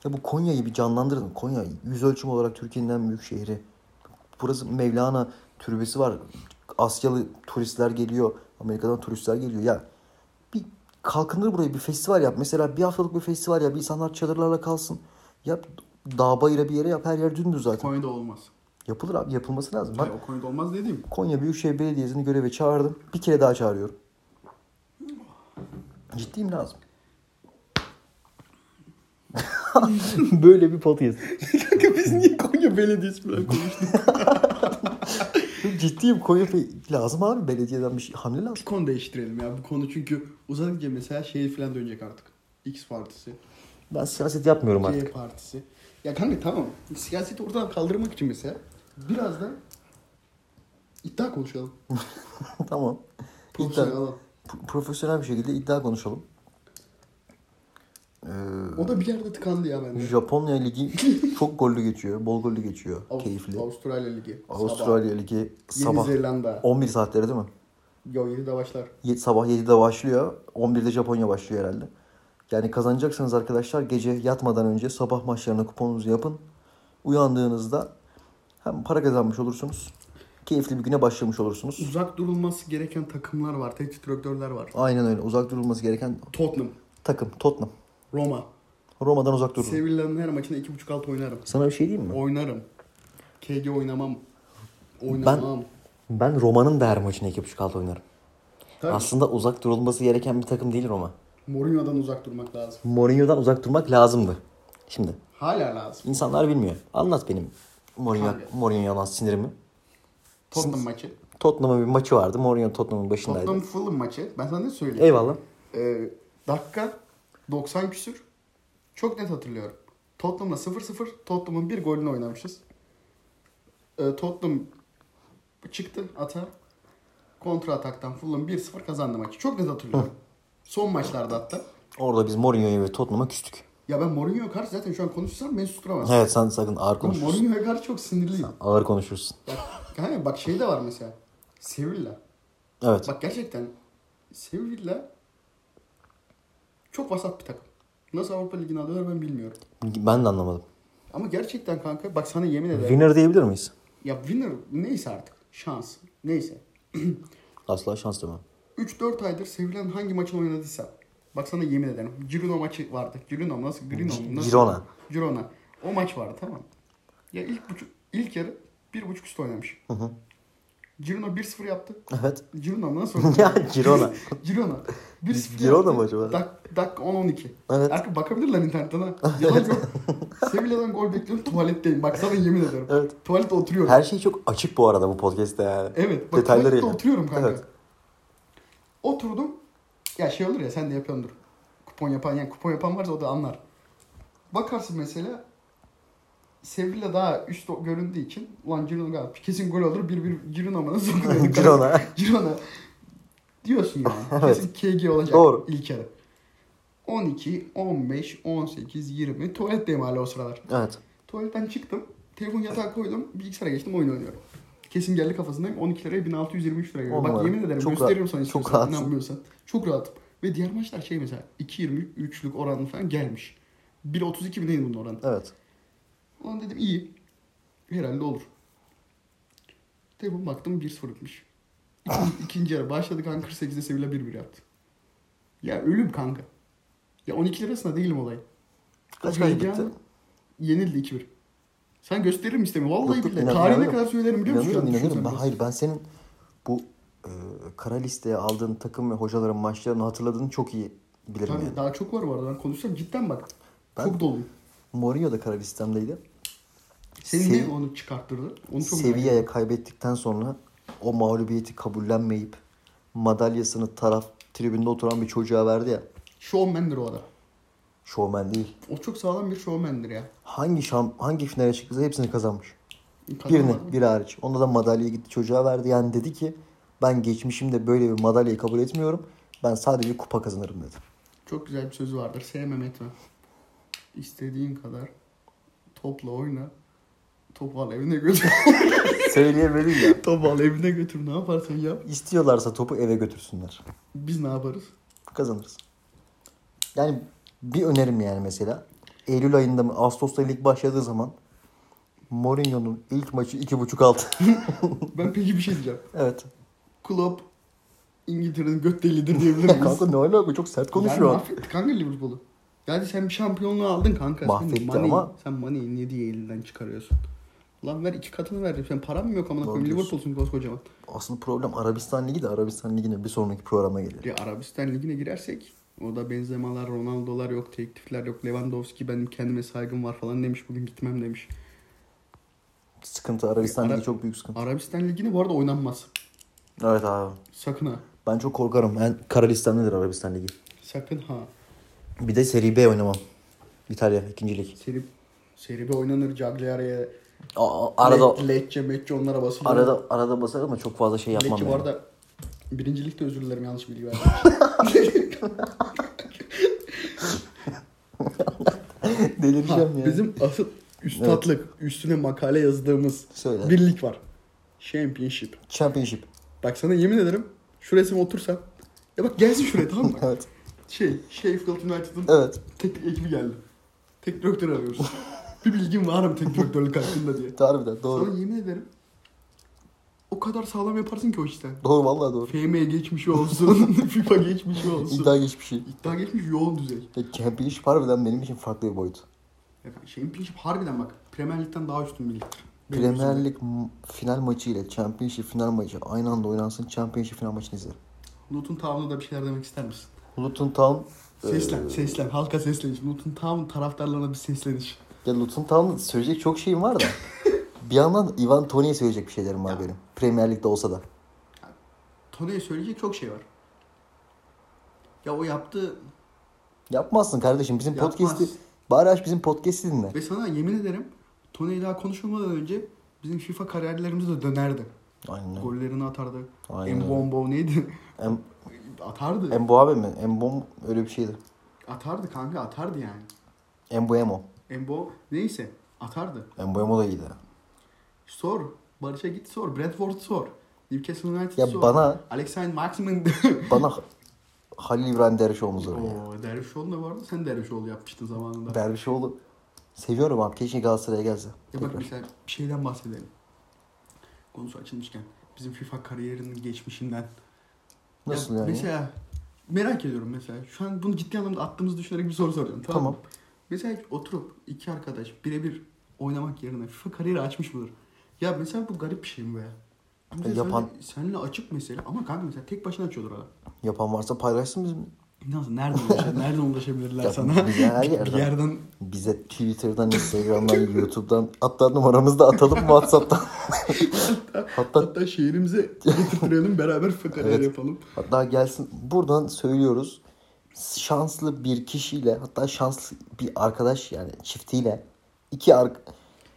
Speaker 1: Ya bu Konya'yı bir canlandırın. Konya yüz ölçüm olarak Türkiye'nin en büyük şehri. Burası Mevlana türbesi var. Asyalı turistler geliyor. Amerika'dan turistler geliyor. Ya bir kalkındır burayı bir festival yap. Mesela bir haftalık bir festival yap. İnsanlar çadırlarla kalsın. Yap dağ bayıra bir yere yap. Her yer dümdüz zaten.
Speaker 2: Konya'da olmaz.
Speaker 1: Yapılır abi yapılması lazım. Ben
Speaker 2: Hayır, o Konya'da olmaz dediğim.
Speaker 1: Konya Büyükşehir Belediyesi'ni göreve çağırdım. Bir kere daha çağırıyorum. Ciddiyim lazım. Böyle bir podcast.
Speaker 2: Kanka biz niye Konya Belediyesi falan konuştuk?
Speaker 1: Ciddiyim Konya Be- lazım abi belediyeden bir şey hamle
Speaker 2: Bir
Speaker 1: lazım.
Speaker 2: konu değiştirelim ya. Bu konu çünkü uzadıkça mesela şey falan dönecek artık. X partisi,
Speaker 1: Ben siyaset yapmıyorum
Speaker 2: Y
Speaker 1: artık.
Speaker 2: partisi. Ya kanka tamam. Siyaseti ortadan kaldırmak için mesela biraz da iddia konuşalım.
Speaker 1: tamam. İddia,
Speaker 2: Profesyonel alalım.
Speaker 1: Pro- profesyonel bir şekilde iddia konuşalım. Ee,
Speaker 2: O da bir yerde tıkandı ya bende.
Speaker 1: Japonya Ligi çok gollü geçiyor. Bol gollü geçiyor.
Speaker 2: Av-
Speaker 1: Keyifli.
Speaker 2: Avustralya Ligi.
Speaker 1: Avustralya Ligi
Speaker 2: Sabah.
Speaker 1: sabah
Speaker 2: Yeni Zelanda.
Speaker 1: 11 saatleri değil mi?
Speaker 2: Yo 7'de başlar.
Speaker 1: Ye- Sabah 7'de başlıyor. 11'de Japonya başlıyor herhalde. Yani kazanacaksınız arkadaşlar. Gece yatmadan önce sabah maçlarına kuponunuzu yapın. Uyandığınızda hem para kazanmış olursunuz. Keyifli bir güne başlamış olursunuz.
Speaker 2: Uzak durulması gereken takımlar var. Tetiktiratörler var.
Speaker 1: Aynen öyle. Uzak durulması gereken
Speaker 2: Tottenham,
Speaker 1: takım Tottenham.
Speaker 2: Roma.
Speaker 1: Roma'dan uzak durun.
Speaker 2: Sevilla'nın her maçında 2.5 alt oynarım.
Speaker 1: Sana bir şey diyeyim mi?
Speaker 2: Oynarım. KG oynamam. Oynamam.
Speaker 1: Ben Roma'nın da her maçına 2.5 alt oynarım.
Speaker 2: Tabii.
Speaker 1: Aslında uzak durulması gereken bir takım değil Roma.
Speaker 2: Mourinho'dan uzak durmak lazım.
Speaker 1: Mourinho'dan uzak durmak lazımdı. Şimdi
Speaker 2: Hala lazım.
Speaker 1: insanlar bilmiyor. Anlat benim Mourinho,
Speaker 2: Abi.
Speaker 1: Mourinho'ya olan sinirimi.
Speaker 2: Tottenham maçı.
Speaker 1: Tottenham'ın bir maçı vardı. Mourinho Tottenham'ın başındaydı.
Speaker 2: Tottenham Fulham maçı. Ben sana ne söyleyeyim?
Speaker 1: Eyvallah.
Speaker 2: Ee, dakika 90 küsür. Çok net hatırlıyorum. Tottenham'la 0-0. Tottenham'ın bir golünü oynamışız. Ee, Tottenham çıktı ata. Kontra ataktan Fulham 1-0 kazandı maçı. Çok net hatırlıyorum. Son maçlarda hatta.
Speaker 1: Orada biz Mourinho'ya ve Tottenham'a küstük.
Speaker 2: Ya ben Mourinho'ya karşı zaten şu an konuşsam beni susturamaz.
Speaker 1: Evet sen sakın ağır
Speaker 2: Ama
Speaker 1: konuşursun.
Speaker 2: Mourinho'ya karşı çok sinirliyim.
Speaker 1: Ağır konuşursun.
Speaker 2: Bak, yani bak şey de var mesela. Sevilla.
Speaker 1: Evet.
Speaker 2: Bak gerçekten Sevilla çok vasat bir takım. Nasıl Avrupa Ligi'ni alıyorlar ben bilmiyorum.
Speaker 1: Ben de anlamadım.
Speaker 2: Ama gerçekten kanka bak sana yemin ederim.
Speaker 1: Winner diyebilir miyiz?
Speaker 2: Ya winner neyse artık. Şans. Neyse.
Speaker 1: Asla şans demem.
Speaker 2: 3-4 aydır Sevilla'nın hangi maçını oynadıysa. Bak sana yemin ederim. Girona maçı vardı. Girona mı? nasıl? Girona mı? Nasıl?
Speaker 1: Girona.
Speaker 2: Girona. O maç vardı tamam. mı? Ya ilk buçuk, ilk yarı bir buçuk üst oynamış. Girona 1-0 yaptı.
Speaker 1: Evet.
Speaker 2: Girona mı? nasıl? oynadı?
Speaker 1: Ya Girona.
Speaker 2: Girona. 1-0
Speaker 1: Girona
Speaker 2: yaptı.
Speaker 1: mı acaba?
Speaker 2: Dak, dakika 10-12.
Speaker 1: Evet.
Speaker 2: Artık bakabilirler internetten ha. Yalan yok. Sevilla'dan gol bekliyorum tuvaletteyim. Bak sana yemin ederim.
Speaker 1: Evet.
Speaker 2: Tuvalette oturuyorum.
Speaker 1: Her şey çok açık bu arada bu podcast'te yani.
Speaker 2: Evet. Bak
Speaker 1: Detayları
Speaker 2: tuvalette oturuyorum kanka.
Speaker 1: Evet.
Speaker 2: Oturdum. Ya şey olur ya sen de yapıyordur. Kupon yapan yani kupon yapan varsa o da anlar. Bakarsın mesela Sevilla daha üst o- göründüğü için ulan Girona galiba kesin gol olur. 1-1 Girona mı nasıl gol olur?
Speaker 1: Girona.
Speaker 2: Girona. Diyorsun yani.
Speaker 1: Evet.
Speaker 2: Kesin KG olacak
Speaker 1: Doğru.
Speaker 2: ilk yarı. 12, 15, 18, 20. Tuvaletteyim hala o sıralar.
Speaker 1: Evet.
Speaker 2: Tuvaletten çıktım. Telefon yatağa koydum. Bilgisayara geçtim oyun oynuyorum. Kesin geldi kafasındayım. 12 liraya 1623 liraya
Speaker 1: On
Speaker 2: göre. Bak
Speaker 1: numara.
Speaker 2: yemin ederim
Speaker 1: Çok
Speaker 2: gösteririm
Speaker 1: rahat.
Speaker 2: sana
Speaker 1: Çok
Speaker 2: istiyorsan
Speaker 1: rahatsın.
Speaker 2: inanmıyorsan. Çok rahatım. Ve diğer maçlar şey mesela 2.23'lük oranlı falan gelmiş. 1.32 mi neydi bunun oranı?
Speaker 1: Evet.
Speaker 2: Ulan dedim iyi. Herhalde olur. Telefon baktım 1-0 bitmiş. İkinci, ikinci yarı başladı kanka 48'de Sevilla 1-1 yaptı. Ya ölüm kanka. Ya 12 lirasına değilim olay.
Speaker 1: Kaç
Speaker 2: O
Speaker 1: kaç
Speaker 2: heyecan-
Speaker 1: bitti?
Speaker 2: Yenildi 2-1. Sen gösteririm istemi. Vallahi
Speaker 1: Yok, yok,
Speaker 2: billahi.
Speaker 1: inan-
Speaker 2: Tarihine
Speaker 1: inanıyorum.
Speaker 2: kadar söylerim biliyor musun?
Speaker 1: İnanıyorum
Speaker 2: Şu an
Speaker 1: inanıyorum. Ben,
Speaker 2: düşünsem
Speaker 1: hayır ben senin bu e, kara listeye aldığın takım ve hocaların maçlarını hatırladığını çok iyi bilirim
Speaker 2: Tabii
Speaker 1: yani.
Speaker 2: daha çok var bu arada. Ben konuşsam cidden bak.
Speaker 1: Ben-
Speaker 2: Çok doluyum.
Speaker 1: Mourinho da kara listemdeydi.
Speaker 2: Seni
Speaker 1: Sev-
Speaker 2: niye onu çıkarttırdı? Onu çok merak ediyorum.
Speaker 1: Sevilla'ya kaybettikten sonra o mağlubiyeti kabullenmeyip madalyasını taraf tribünde oturan bir çocuğa verdi ya.
Speaker 2: Showman'dir o adam.
Speaker 1: Şovmen değil.
Speaker 2: O çok sağlam bir showman'dir ya.
Speaker 1: Hangi şam, hangi finale çıktıysa hepsini kazanmış.
Speaker 2: Kazanmadı mı?
Speaker 1: Birini, biri hariç. Onda da madalyayı gitti çocuğa verdi. Yani dedi ki ben geçmişimde böyle bir madalyayı kabul etmiyorum. Ben sadece kupa kazanırım dedi.
Speaker 2: Çok güzel bir sözü vardır. Sevmem etme. İstediğin kadar topla oyna. Topu al evine götür.
Speaker 1: Söyleyemedim ya.
Speaker 2: Topu al evine götür. Ne yaparsan yap.
Speaker 1: İstiyorlarsa topu eve götürsünler.
Speaker 2: Biz ne yaparız?
Speaker 1: Kazanırız. Yani bir önerim yani mesela. Eylül ayında mı Ağustos'ta lig başladığı zaman Mourinho'nun ilk maçı 2.5-6.
Speaker 2: Ben peki bir şey diyeceğim.
Speaker 1: evet.
Speaker 2: Klopp İngiltere'nin göt delidir diyebilir miyiz?
Speaker 1: Kanka ne alaka çok sert
Speaker 2: Yani
Speaker 1: konuşuyor.
Speaker 2: mahvetti kanka Liverpool'u. Yani sen bir şampiyonluğu aldın kanka.
Speaker 1: Mahvetti
Speaker 2: sen Mane,
Speaker 1: ama-
Speaker 2: Sen Mane'yi niye diye elinden çıkarıyorsun? Lan ver iki katını verdim. Sen param mı yok amına koyayım?
Speaker 1: diyorsun.
Speaker 2: Liverpool'sun koskocaman.
Speaker 1: Asıl problem Arabistan Ligi de Arabistan Ligi'ne bir sonraki programa gelir.
Speaker 2: Ya Arabistan Ligi'ne girersek orada Benzema'lar, Ronaldo'lar yok, teklifler yok. Lewandowski benim kendime saygım var falan demiş. Bugün gitmem demiş.
Speaker 1: Sıkıntı Arabistan
Speaker 2: Ara-
Speaker 1: Ligi çok büyük sıkıntı.
Speaker 2: Arabistan Ligi'ni bu arada oynanmaz.
Speaker 1: Evet abi.
Speaker 2: Sakın ha.
Speaker 1: Ben çok korkarım. Ben kara listemdedir Arabistan Ligi.
Speaker 2: Sakın ha.
Speaker 1: Bir de Serie B oynamam. İtalya ikinci lig.
Speaker 2: Seri, seri bir oynanır Cagliari'ye.
Speaker 1: Aa, arada
Speaker 2: Le- Lecce, Mecce onlara basılıyor.
Speaker 1: arada arada basar ama çok fazla şey yapmam.
Speaker 2: Belki bu
Speaker 1: yani.
Speaker 2: arada birincilikte özür dilerim yanlış bilgi verdim.
Speaker 1: Delireceğim ya.
Speaker 2: Şey, Bizim asıl üstatlık üstüne makale yazdığımız
Speaker 1: Söyle.
Speaker 2: birlik var. Championship.
Speaker 1: Championship.
Speaker 2: Bak sana yemin ederim şu resim otursa. Ya bak gelsin şuraya tamam mı?
Speaker 1: Evet.
Speaker 2: şey, Sheffield United'ın
Speaker 1: Evet.
Speaker 2: teknik ekibi geldi. Teknik direktör arıyoruz. bir bilgin var mı teknik direktörlük hakkında diye.
Speaker 1: Harbiden doğru.
Speaker 2: Sana yemin ederim o kadar sağlam yaparsın ki o işten.
Speaker 1: Doğru vallahi doğru.
Speaker 2: FM geçmişi olsun, FIFA geçmişi olsun.
Speaker 1: İddia geçmiş şey.
Speaker 2: İddia geçmiş yoğun düzey.
Speaker 1: Ya Championship harbiden benim için farklı bir boyut.
Speaker 2: Ya Championship harbiden bak Premier Lig'den daha üstün bir ligdir. Benim
Speaker 1: Premier
Speaker 2: gözümde.
Speaker 1: Lig m- final maçı ile Championship final maçı aynı anda oynansın. Championship final maçını izlerim.
Speaker 2: Luton Town'a da bir şeyler demek ister misin?
Speaker 1: Luton Town e,
Speaker 2: Seslen, seslen. Halka sesleniş. Luton Town taraftarlarına bir sesleniş.
Speaker 1: Ya Luton Town'da söyleyecek çok şeyim var da. bir yandan Ivan Tony'ye söyleyecek bir şeylerim var benim. Premier Lig'de olsa da.
Speaker 2: Tony'ye söyleyecek çok şey var. Ya o yaptı
Speaker 1: Yapmazsın kardeşim. Bizim
Speaker 2: Yapmaz.
Speaker 1: podcast'i bari aç bizim podcast'i dinle.
Speaker 2: ve sana yemin ederim Tony daha konuşulmadan önce bizim FIFA kararlarımız da dönerdi.
Speaker 1: Aynen öyle.
Speaker 2: Gollerini atardı.
Speaker 1: Aynen öyle.
Speaker 2: Embombo neydi?
Speaker 1: Em-
Speaker 2: atardı.
Speaker 1: Embo abi mi? Embom öyle bir şeydi.
Speaker 2: atardı kanka atardı yani.
Speaker 1: Embo Emo.
Speaker 2: Embo neyse atardı.
Speaker 1: Embo Emo da iyiydi.
Speaker 2: Sor. Barış'a git sor. Brentford sor. Newcastle United
Speaker 1: Ya
Speaker 2: sor.
Speaker 1: bana
Speaker 2: Alexander Marksman.
Speaker 1: bana Halil İbrahim Dervişoğlu zor ya.
Speaker 2: Oo, Dervişoğlu da vardı. Sen Dervişoğlu yapmıştın zamanında.
Speaker 1: Dervişoğlu seviyorum abi. Keşke Galatasaray'a gelse.
Speaker 2: Ya E bak
Speaker 1: Tekrar.
Speaker 2: mesela bir şeyden bahsedelim. Konusu açılmışken. Bizim FIFA kariyerinin geçmişinden.
Speaker 1: Nasıl
Speaker 2: Ya
Speaker 1: yani?
Speaker 2: Mesela merak ediyorum mesela. Şu an bunu ciddi anlamda attığımızı düşünerek bir soru soruyorum. Tamam. mı?
Speaker 1: Tamam.
Speaker 2: Mesela oturup iki arkadaş birebir oynamak yerine FIFA kariyeri açmış mıdır? Ya mesela bu garip bir şey mi be? Mesela
Speaker 1: yapan-
Speaker 2: Senle, seninle açık mesele ama kanka mesela tek başına açıyordur adam.
Speaker 1: Yapan varsa paylaşsın bizimle.
Speaker 2: Nasıl? Nereden ulaşabilir? nereden ulaşabilirler
Speaker 1: Ya,
Speaker 2: sana?
Speaker 1: biz her
Speaker 2: Bir- Bir
Speaker 1: yerden.
Speaker 2: yerden
Speaker 1: Bize Twitter'dan, Instagram'dan, YouTube'dan hatta numaramızı da atalım WhatsApp'tan. hatta
Speaker 2: hatta şehrimize getirtirelim beraber FIFA kariyeri
Speaker 1: Evet.
Speaker 2: yapalım.
Speaker 1: hatta gelsin buradan söylüyoruz. Şanslı bir kişiyle hatta şanslı bir arkadaş yani çiftiyle iki ar-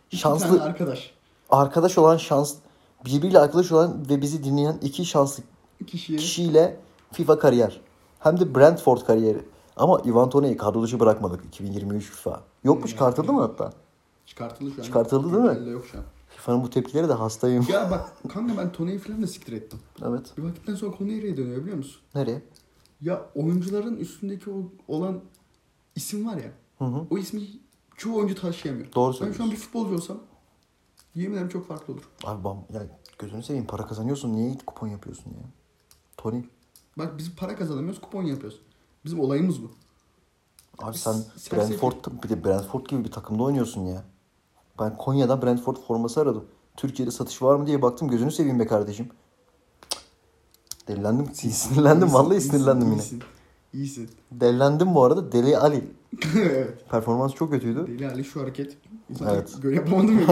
Speaker 2: İki
Speaker 1: şanslı
Speaker 2: tane arkadaş.
Speaker 1: arkadaş olan şans birbiriyle arkadaş olan ve bizi dinleyen iki şanslı
Speaker 2: Kişiye.
Speaker 1: kişiyle FIFA kariyer. Hem de Brentford kariyeri. Ama Ivan Toney'i kadro dışı bırakmadık 2023 FIFA. Yokmuş çıkartıldı mı hatta?
Speaker 2: Çıkartıldı şu an.
Speaker 1: Çıkartıldı değil mi?
Speaker 2: Elde Yok şu an.
Speaker 1: FIFA'nın bu tepkileri de hastayım.
Speaker 2: Ya bak kanka ben Tony'yi falan da siktir ettim.
Speaker 1: evet.
Speaker 2: Bir vakitten sonra konu nereye dönüyor biliyor musun?
Speaker 1: Nereye?
Speaker 2: Ya oyuncuların üstündeki o, olan isim var ya.
Speaker 1: Hı hı.
Speaker 2: O ismi çoğu oyuncu taşıyamıyor.
Speaker 1: Doğru
Speaker 2: Ben şu an
Speaker 1: söylüyorsun.
Speaker 2: bir futbolcu olsam yemin ederim çok farklı olur.
Speaker 1: Abi bam, ya gözünü seveyim para kazanıyorsun. Niye kupon yapıyorsun ya? Tony.
Speaker 2: Bak biz para kazanamıyoruz kupon yapıyoruz. Bizim olayımız bu.
Speaker 1: Abi
Speaker 2: Biz
Speaker 1: sen
Speaker 2: serseri-
Speaker 1: Brentford, bir de Brentford gibi bir takımda oynuyorsun ya. Ben Konya'dan Brentford forması aradım. Türkiye'de satış var mı diye baktım. Gözünü seveyim be kardeşim. Cık. Delilendim. Sinirlendim.
Speaker 2: İyisin,
Speaker 1: Vallahi
Speaker 2: iyisin,
Speaker 1: sinirlendim yine.
Speaker 2: iyisin, İyisin.
Speaker 1: Delilendim bu arada. Deli Ali.
Speaker 2: evet.
Speaker 1: Performans çok kötüydü.
Speaker 2: Deli Ali şu hareket. Zaten
Speaker 1: Evet.
Speaker 2: Göre yapamadım ya.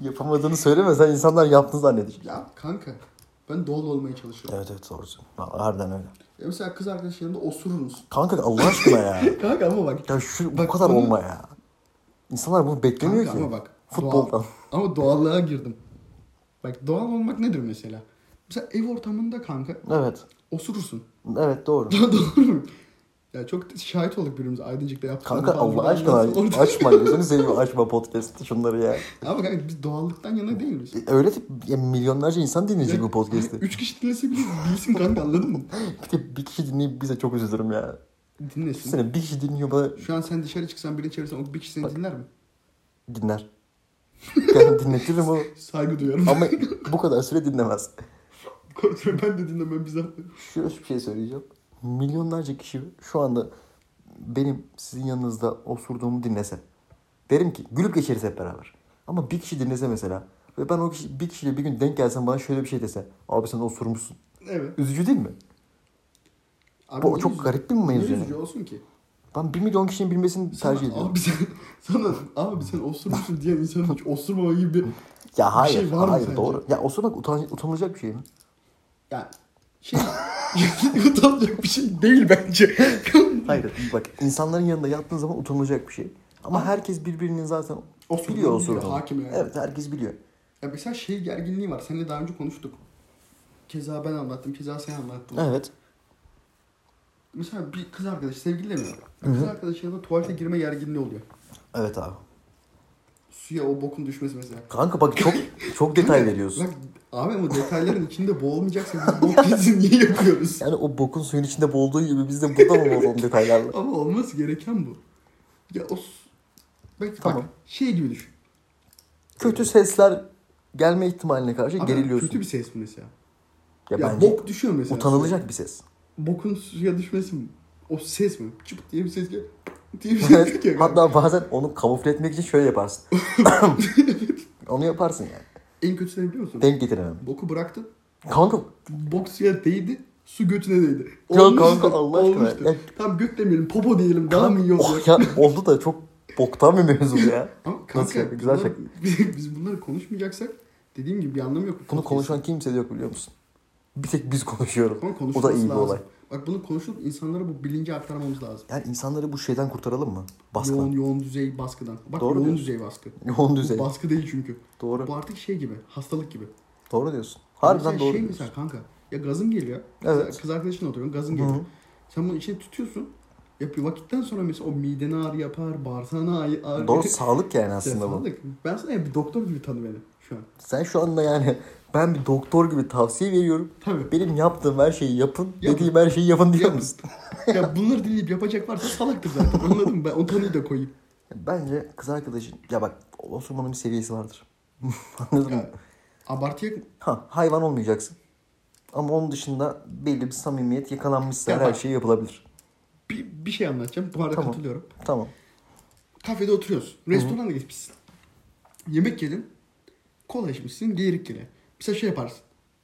Speaker 1: Yapamadığını söylemesen insanlar yaptığını zannedecek.
Speaker 2: ya kanka ben doğal olmaya çalışıyorum.
Speaker 1: Evet evet doğrusu. Harbiden öyle.
Speaker 2: Ya mesela kız arkadaş yanında osurur musun?
Speaker 1: Kanka Allah aşkına ya.
Speaker 2: Kanka ama bak.
Speaker 1: Ya şu
Speaker 2: Bak
Speaker 1: bu kadar
Speaker 2: bunu-
Speaker 1: olma ya. İnsanlar bunu beklemiyor
Speaker 2: Kanka
Speaker 1: ki.
Speaker 2: ama bak.
Speaker 1: Futboldan.
Speaker 2: Doğal, ama doğallığa girdim. Bak doğal olmak nedir mesela? Mesela ev ortamında kanka
Speaker 1: Evet.
Speaker 2: osurursun.
Speaker 1: Evet doğru.
Speaker 2: Doğru mu? Ya çok şahit olduk birbirimize Aydıncık'ta yaptığımız.
Speaker 1: Kanka Allah aşkına açma gözünü seveyim açma podcast'ı şunları ya.
Speaker 2: Ama kanka biz doğallıktan yana değiliz. hani
Speaker 1: E, Öyle de ya milyonlarca insan dinleyecek bu podcast'i.
Speaker 2: Üç kişi dinlese bile bilsin kanka anladın mı?
Speaker 1: Bir de bir kişi dinleyip bize çok üzülürüm ya.
Speaker 2: Dinlesin.
Speaker 1: Sene bir kişi dinliyor bana
Speaker 2: Şu an sen dışarı çıksan birini çevirsen o bir kişi seni dinler mi?
Speaker 1: dinler. Yani dinletirim o.
Speaker 2: Saygı duyuyorum.
Speaker 1: Ama bu kadar süre dinlemez.
Speaker 2: Kontrol ben de dinlemem bize.
Speaker 1: Şurası bir şey söyleyeceğim. Milyonlarca kişi şu anda benim sizin yanınızda osurduğumu dinlese. Derim ki gülüp geçeriz hep beraber. Ama bir kişi dinlese mesela. Ve ben o kişi, bir kişiyle bir gün denk gelsem bana şöyle bir şey dese. Abi sen osurmuşsun.
Speaker 2: Evet.
Speaker 1: Üzücü değil mi?
Speaker 2: Abi
Speaker 1: Bu
Speaker 2: ne
Speaker 1: çok
Speaker 2: üzücü-
Speaker 1: garip bir mevzu
Speaker 2: Ne
Speaker 1: yani.
Speaker 2: üzücü olsun ki?
Speaker 1: Ben bir milyon kişinin bilmesini
Speaker 2: Sana,
Speaker 1: tercih ediyorum.
Speaker 2: Abi sen, sana, abi sen osurmuşsun diyen insanın hiç osurmama gibi bir...
Speaker 1: Ya hayır,
Speaker 2: şey var mı
Speaker 1: hayır
Speaker 2: sence?
Speaker 1: doğru. Ya osurmak utan, utanılacak bir şey mi?
Speaker 2: Yani şey... utanacak bir şey değil bence.
Speaker 1: Hayır. Bak insanların yanında yattığın zaman utanılacak bir şey. Ama herkes birbirinin zaten biliyor
Speaker 2: Osurduğunu biliyor,
Speaker 1: osurduğunu.
Speaker 2: hakim yani.
Speaker 1: Evet herkes biliyor.
Speaker 2: ya mesela şey gerginliği var. Seninle daha önce konuştuk. Keza ben anlattım, keza sen anlattın.
Speaker 1: Evet.
Speaker 2: Mesela bir kız arkadaş sevgiliyle mi? Kız arkadaşlarına tuvalete girme gerginliği oluyor.
Speaker 1: Evet abi.
Speaker 2: Suya o bokun düşmesi mesela.
Speaker 1: Kanka bak çok çok detay veriyorsun.
Speaker 2: Bak abi ama detayların içinde boğulmayacaksa biz bok kesin niye yapıyoruz?
Speaker 1: Yani o bokun suyun içinde boğulduğu gibi biz de burada mı olalım detaylarla?
Speaker 2: Ama olması gereken bu. Ya o... s- Bak,
Speaker 1: Tamam.
Speaker 2: bak şey gibi düşün.
Speaker 1: Kötü sesler gelme ihtimaline karşı
Speaker 2: Abi
Speaker 1: geriliyorsun.
Speaker 2: Kötü bir ses mi mesela?
Speaker 1: Ya,
Speaker 2: Ya,
Speaker 1: bence
Speaker 2: bok düşüyor mesela.
Speaker 1: utanılacak bir ses.
Speaker 2: Bokun suya düşmesi mi? O ses mi? Çıp diye bir ses gel. Diye bir şey ses
Speaker 1: Evet.
Speaker 2: geliyor.
Speaker 1: Hatta bazen onu kamufle etmek için şöyle yaparsın. onu yaparsın yani.
Speaker 2: En kötüsü ne biliyor musun?
Speaker 1: Denk getiremem.
Speaker 2: Boku bıraktın.
Speaker 1: Kanka
Speaker 2: Bok suya değdi. Su götüne değdi.
Speaker 1: Ya
Speaker 2: Olmuştu,
Speaker 1: kanka, Allah aşkına.
Speaker 2: olmuştu.
Speaker 1: Ya-
Speaker 2: Tamam göt demeyelim. Popo diyelim. Daha mı iyi olacak?
Speaker 1: oh ya oldu da çok boktan bir mevzu bu ya.
Speaker 2: Ama
Speaker 1: Nasıl
Speaker 2: kanka
Speaker 1: yani? Güzel
Speaker 2: bunlar- biz bunları konuşmayacaksak dediğim gibi bir anlamı yok.
Speaker 1: Bunu konuşan kimse de yok biliyor musun? Bir tek biz konuşuyoruz.
Speaker 2: Ama
Speaker 1: O da iyi bir
Speaker 2: lazım.
Speaker 1: olay.
Speaker 2: Bak Bak bunu konuşup insanlara bu bilinci aktarmamız lazım.
Speaker 1: Yani insanları bu şeyden kurtaralım mı? Baskı.
Speaker 2: Yoğun yoğun düzey baskıdan. Bak
Speaker 1: Doğru
Speaker 2: yoğun
Speaker 1: diyorsun.
Speaker 2: düzey baskı.
Speaker 1: Yoğun
Speaker 2: Bu
Speaker 1: düzey.
Speaker 2: baskı değil çünkü.
Speaker 1: Doğru.
Speaker 2: Bu artık şey gibi, hastalık gibi.
Speaker 1: Doğru diyorsun. Harbiden
Speaker 2: mesela
Speaker 1: doğru
Speaker 2: şey
Speaker 1: diyorsun.
Speaker 2: mesela kanka. Ya gazın geliyor.
Speaker 1: Evet.
Speaker 2: Kız- Kız arkadaşınla oturuyorsun, gazın geliyor. Sen bunu içine tutuyorsun. Yapıyor. Vakitten sonra mesela o midene ağrı yapar, bağırsağına ağrı ağrı.
Speaker 1: Doğru sağlık yani aslında bu.
Speaker 2: Sağlık. Ben sana ya bir doktor gibi tanı beni şu an.
Speaker 1: Sen şu anda yani ben bir doktor gibi tavsiye veriyorum.
Speaker 2: Tabii.
Speaker 1: Benim yaptığım her şeyi yapın,
Speaker 2: Yapın.
Speaker 1: dediğim her şeyi yapın diyor
Speaker 2: Yapın.
Speaker 1: musun?
Speaker 2: ya bunları dinleyip yapacak varsa salaktır zaten. Anladın mı? Ben o tanıyı da koyayım.
Speaker 1: Bence kız arkadaşın ya bak osurmanın bir seviyesi vardır. Anladın mı?
Speaker 2: Ya, abartıya...
Speaker 1: Ha, hayvan olmayacaksın. Ama onun dışında belli bir samimiyet yakalanmışsa
Speaker 2: Ya
Speaker 1: her
Speaker 2: bak-
Speaker 1: şey yapılabilir.
Speaker 2: Bir, bir şey anlatacağım. Bu arada
Speaker 1: Tamam.
Speaker 2: katılıyorum.
Speaker 1: Tamam.
Speaker 2: Kafede oturuyorsun. Restorana gitmişsin. Yemek yedin. Kola içmişsin. Geyirik gene. Mesela şey yaparsın.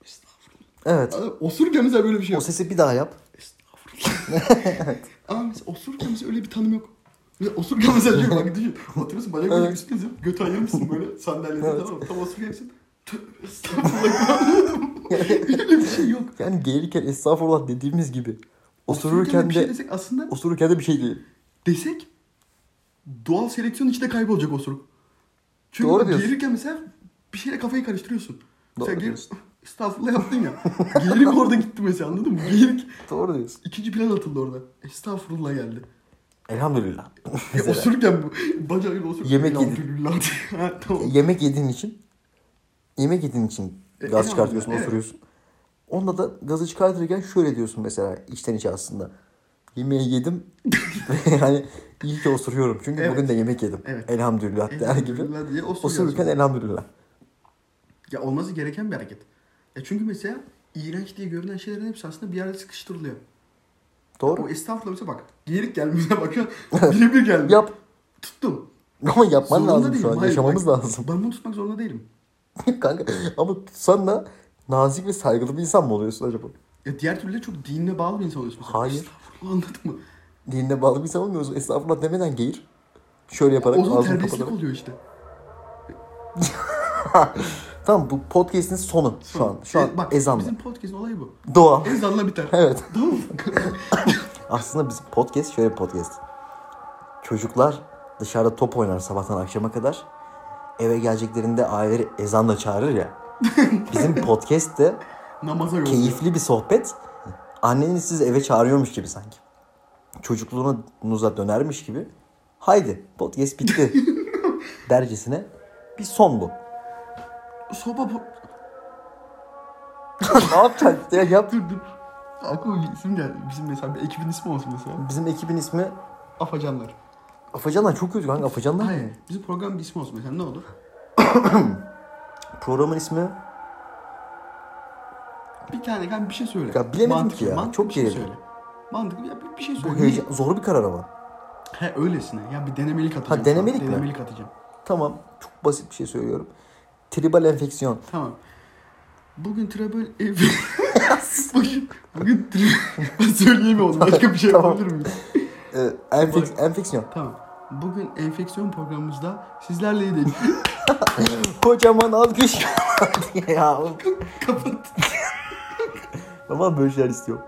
Speaker 2: Estağfurullah.
Speaker 1: Evet.
Speaker 2: Adam Osururken mesela böyle bir şey
Speaker 1: O
Speaker 2: yok.
Speaker 1: sesi bir daha yap.
Speaker 2: Estağfurullah. Ama mesela osururken mesela öyle bir tanım yok. Mesela osururken mesela diyor bak düşün. Oturuyorsun bacak bacak
Speaker 1: Evet.
Speaker 2: üstüne yap. şey Götü ayırmışsın böyle sandalyede
Speaker 1: Evet.
Speaker 2: tamam mı? Tam osururken Tövbe estağfurullah. Öyle bir şey yok.
Speaker 1: Yani gelirken estağfurullah dediğimiz gibi. Osururken
Speaker 2: bir şey
Speaker 1: de
Speaker 2: desek aslında
Speaker 1: osururken de bir şey değil.
Speaker 2: desek doğal seleksiyonun içinde kaybolacak osuruk. Çünkü
Speaker 1: Doğru
Speaker 2: bak
Speaker 1: diyorsun.
Speaker 2: gelirken mesela bir şeyle kafayı karıştırıyorsun.
Speaker 1: Doğru
Speaker 2: Mesela gelir,
Speaker 1: diyorsun.
Speaker 2: estağfurullah yaptın ya. Geyirik orada gitti mesela anladın mı? Geyirik
Speaker 1: Doğru diyorsun.
Speaker 2: ikinci plan atıldı orada. Estağfurullah geldi.
Speaker 1: Elhamdülillah.
Speaker 2: Ya osururken bu bacağıyla osururken.
Speaker 1: Yemek yedi.
Speaker 2: Elhamdülillah diye. Ha, tamam.
Speaker 1: Yemek yediğin için yemek yediğin için
Speaker 2: E,
Speaker 1: gaz
Speaker 2: en
Speaker 1: çıkartıyorsun,
Speaker 2: azından, evet.
Speaker 1: osuruyorsun. Onda da gazı çıkartırken şöyle diyorsun mesela içten içe aslında. Yemeği yedim ve yani iyi ki osuruyorum. Çünkü
Speaker 2: Evet.
Speaker 1: bugün de yemek yedim.
Speaker 2: Evet.
Speaker 1: Elhamdülillah der gibi.
Speaker 2: Elhamdülillah diye osuruyorsun.
Speaker 1: Osururken elhamdülillah.
Speaker 2: Ya olması gereken bir hareket. Ya çünkü mesela iğrenç diye görünen şeylerin hepsi aslında bir yerde sıkıştırılıyor.
Speaker 1: Doğru.
Speaker 2: O estağfurullah mesela bak. Geyirik gelmesine bak. Birebir geldi.
Speaker 1: Yap.
Speaker 2: Tuttum.
Speaker 1: Ama yapman
Speaker 2: Zorunda
Speaker 1: lazım
Speaker 2: değilim,
Speaker 1: şu an.
Speaker 2: hayır,
Speaker 1: Yaşamamız
Speaker 2: bak.
Speaker 1: lazım.
Speaker 2: Ben bunu tutmak zorunda değilim.
Speaker 1: Kanka ama sen da nazik ve saygılı bir insan mı oluyorsun acaba?
Speaker 2: Ya diğer türlü de çok dinine bağlı bir insan oluyorsun. Mesela.
Speaker 1: Hayır.
Speaker 2: Estağfurullah anladın mı?
Speaker 1: Dinine bağlı bir insan olmuyorsun. Estağfurullah demeden geğir. Şöyle yaparak
Speaker 2: o zaman
Speaker 1: ağzını
Speaker 2: terbiyesizlik
Speaker 1: kapatarak.
Speaker 2: oluyor işte.
Speaker 1: Tamam bu podcast'in sonu şu an. Şu
Speaker 2: E,
Speaker 1: an
Speaker 2: bak,
Speaker 1: ezanla.
Speaker 2: Bizim podcast'in olayı bu.
Speaker 1: Doğa.
Speaker 2: Ezanla biter.
Speaker 1: Evet.
Speaker 2: Tamam mı?
Speaker 1: Aslında bizim podcast şöyle bir podcast. Çocuklar dışarıda top oynar sabahtan akşama kadar. Eve geleceklerinde aileleri ezanla çağırır ya. Bizim podcast de
Speaker 2: Namaza yol.
Speaker 1: keyifli bir sohbet. Anneniz sizi eve çağırıyormuş gibi sanki. Çocukluğunuza dönermiş gibi. Haydi podcast bitti dercesine bir son bu.
Speaker 2: Soba po-
Speaker 1: ne yapacaksın? Ya yap.
Speaker 2: Dur dur. Aklıma bir isim geldi. Bizim mesela bir ekibin ismi olsun mesela.
Speaker 1: Bizim ekibin ismi
Speaker 2: Afacanlar.
Speaker 1: Afacanlar çok kötü kanka. Afacanlar mı?
Speaker 2: Hayır. Bizim program bir ismi olsun mesela ne olur?
Speaker 1: Programın ismi
Speaker 2: Bir tane kanka bir şey söyle.
Speaker 1: Ya bilemedim ki ya. Çok
Speaker 2: bir şey
Speaker 1: gerildim.
Speaker 2: söyle. Mantıklı ya bir, bir şey
Speaker 1: bu
Speaker 2: söyle.
Speaker 1: heyecan, zor bir karar ama.
Speaker 2: He öylesine. Ya bir denemelik atacağım. sana.
Speaker 1: denemelik mi?
Speaker 2: Denemelik atacağım.
Speaker 1: Tamam. Çok basit bir şey söylüyorum. Tribal enfeksiyon.
Speaker 2: Tamam. Bugün tribal ev... bugün, bugün tribal... ben söyleyemiyorum. Başka bir şey
Speaker 1: Tamam.
Speaker 2: yapabilir miyim?
Speaker 1: Ee, enfeks- enfeksiyon.
Speaker 2: Tamam. Bugün enfeksiyon programımızda sizlerleydik.
Speaker 1: Kocaman alkış. ya.
Speaker 2: Kapat.
Speaker 1: Ama böyle şeyler istiyorum.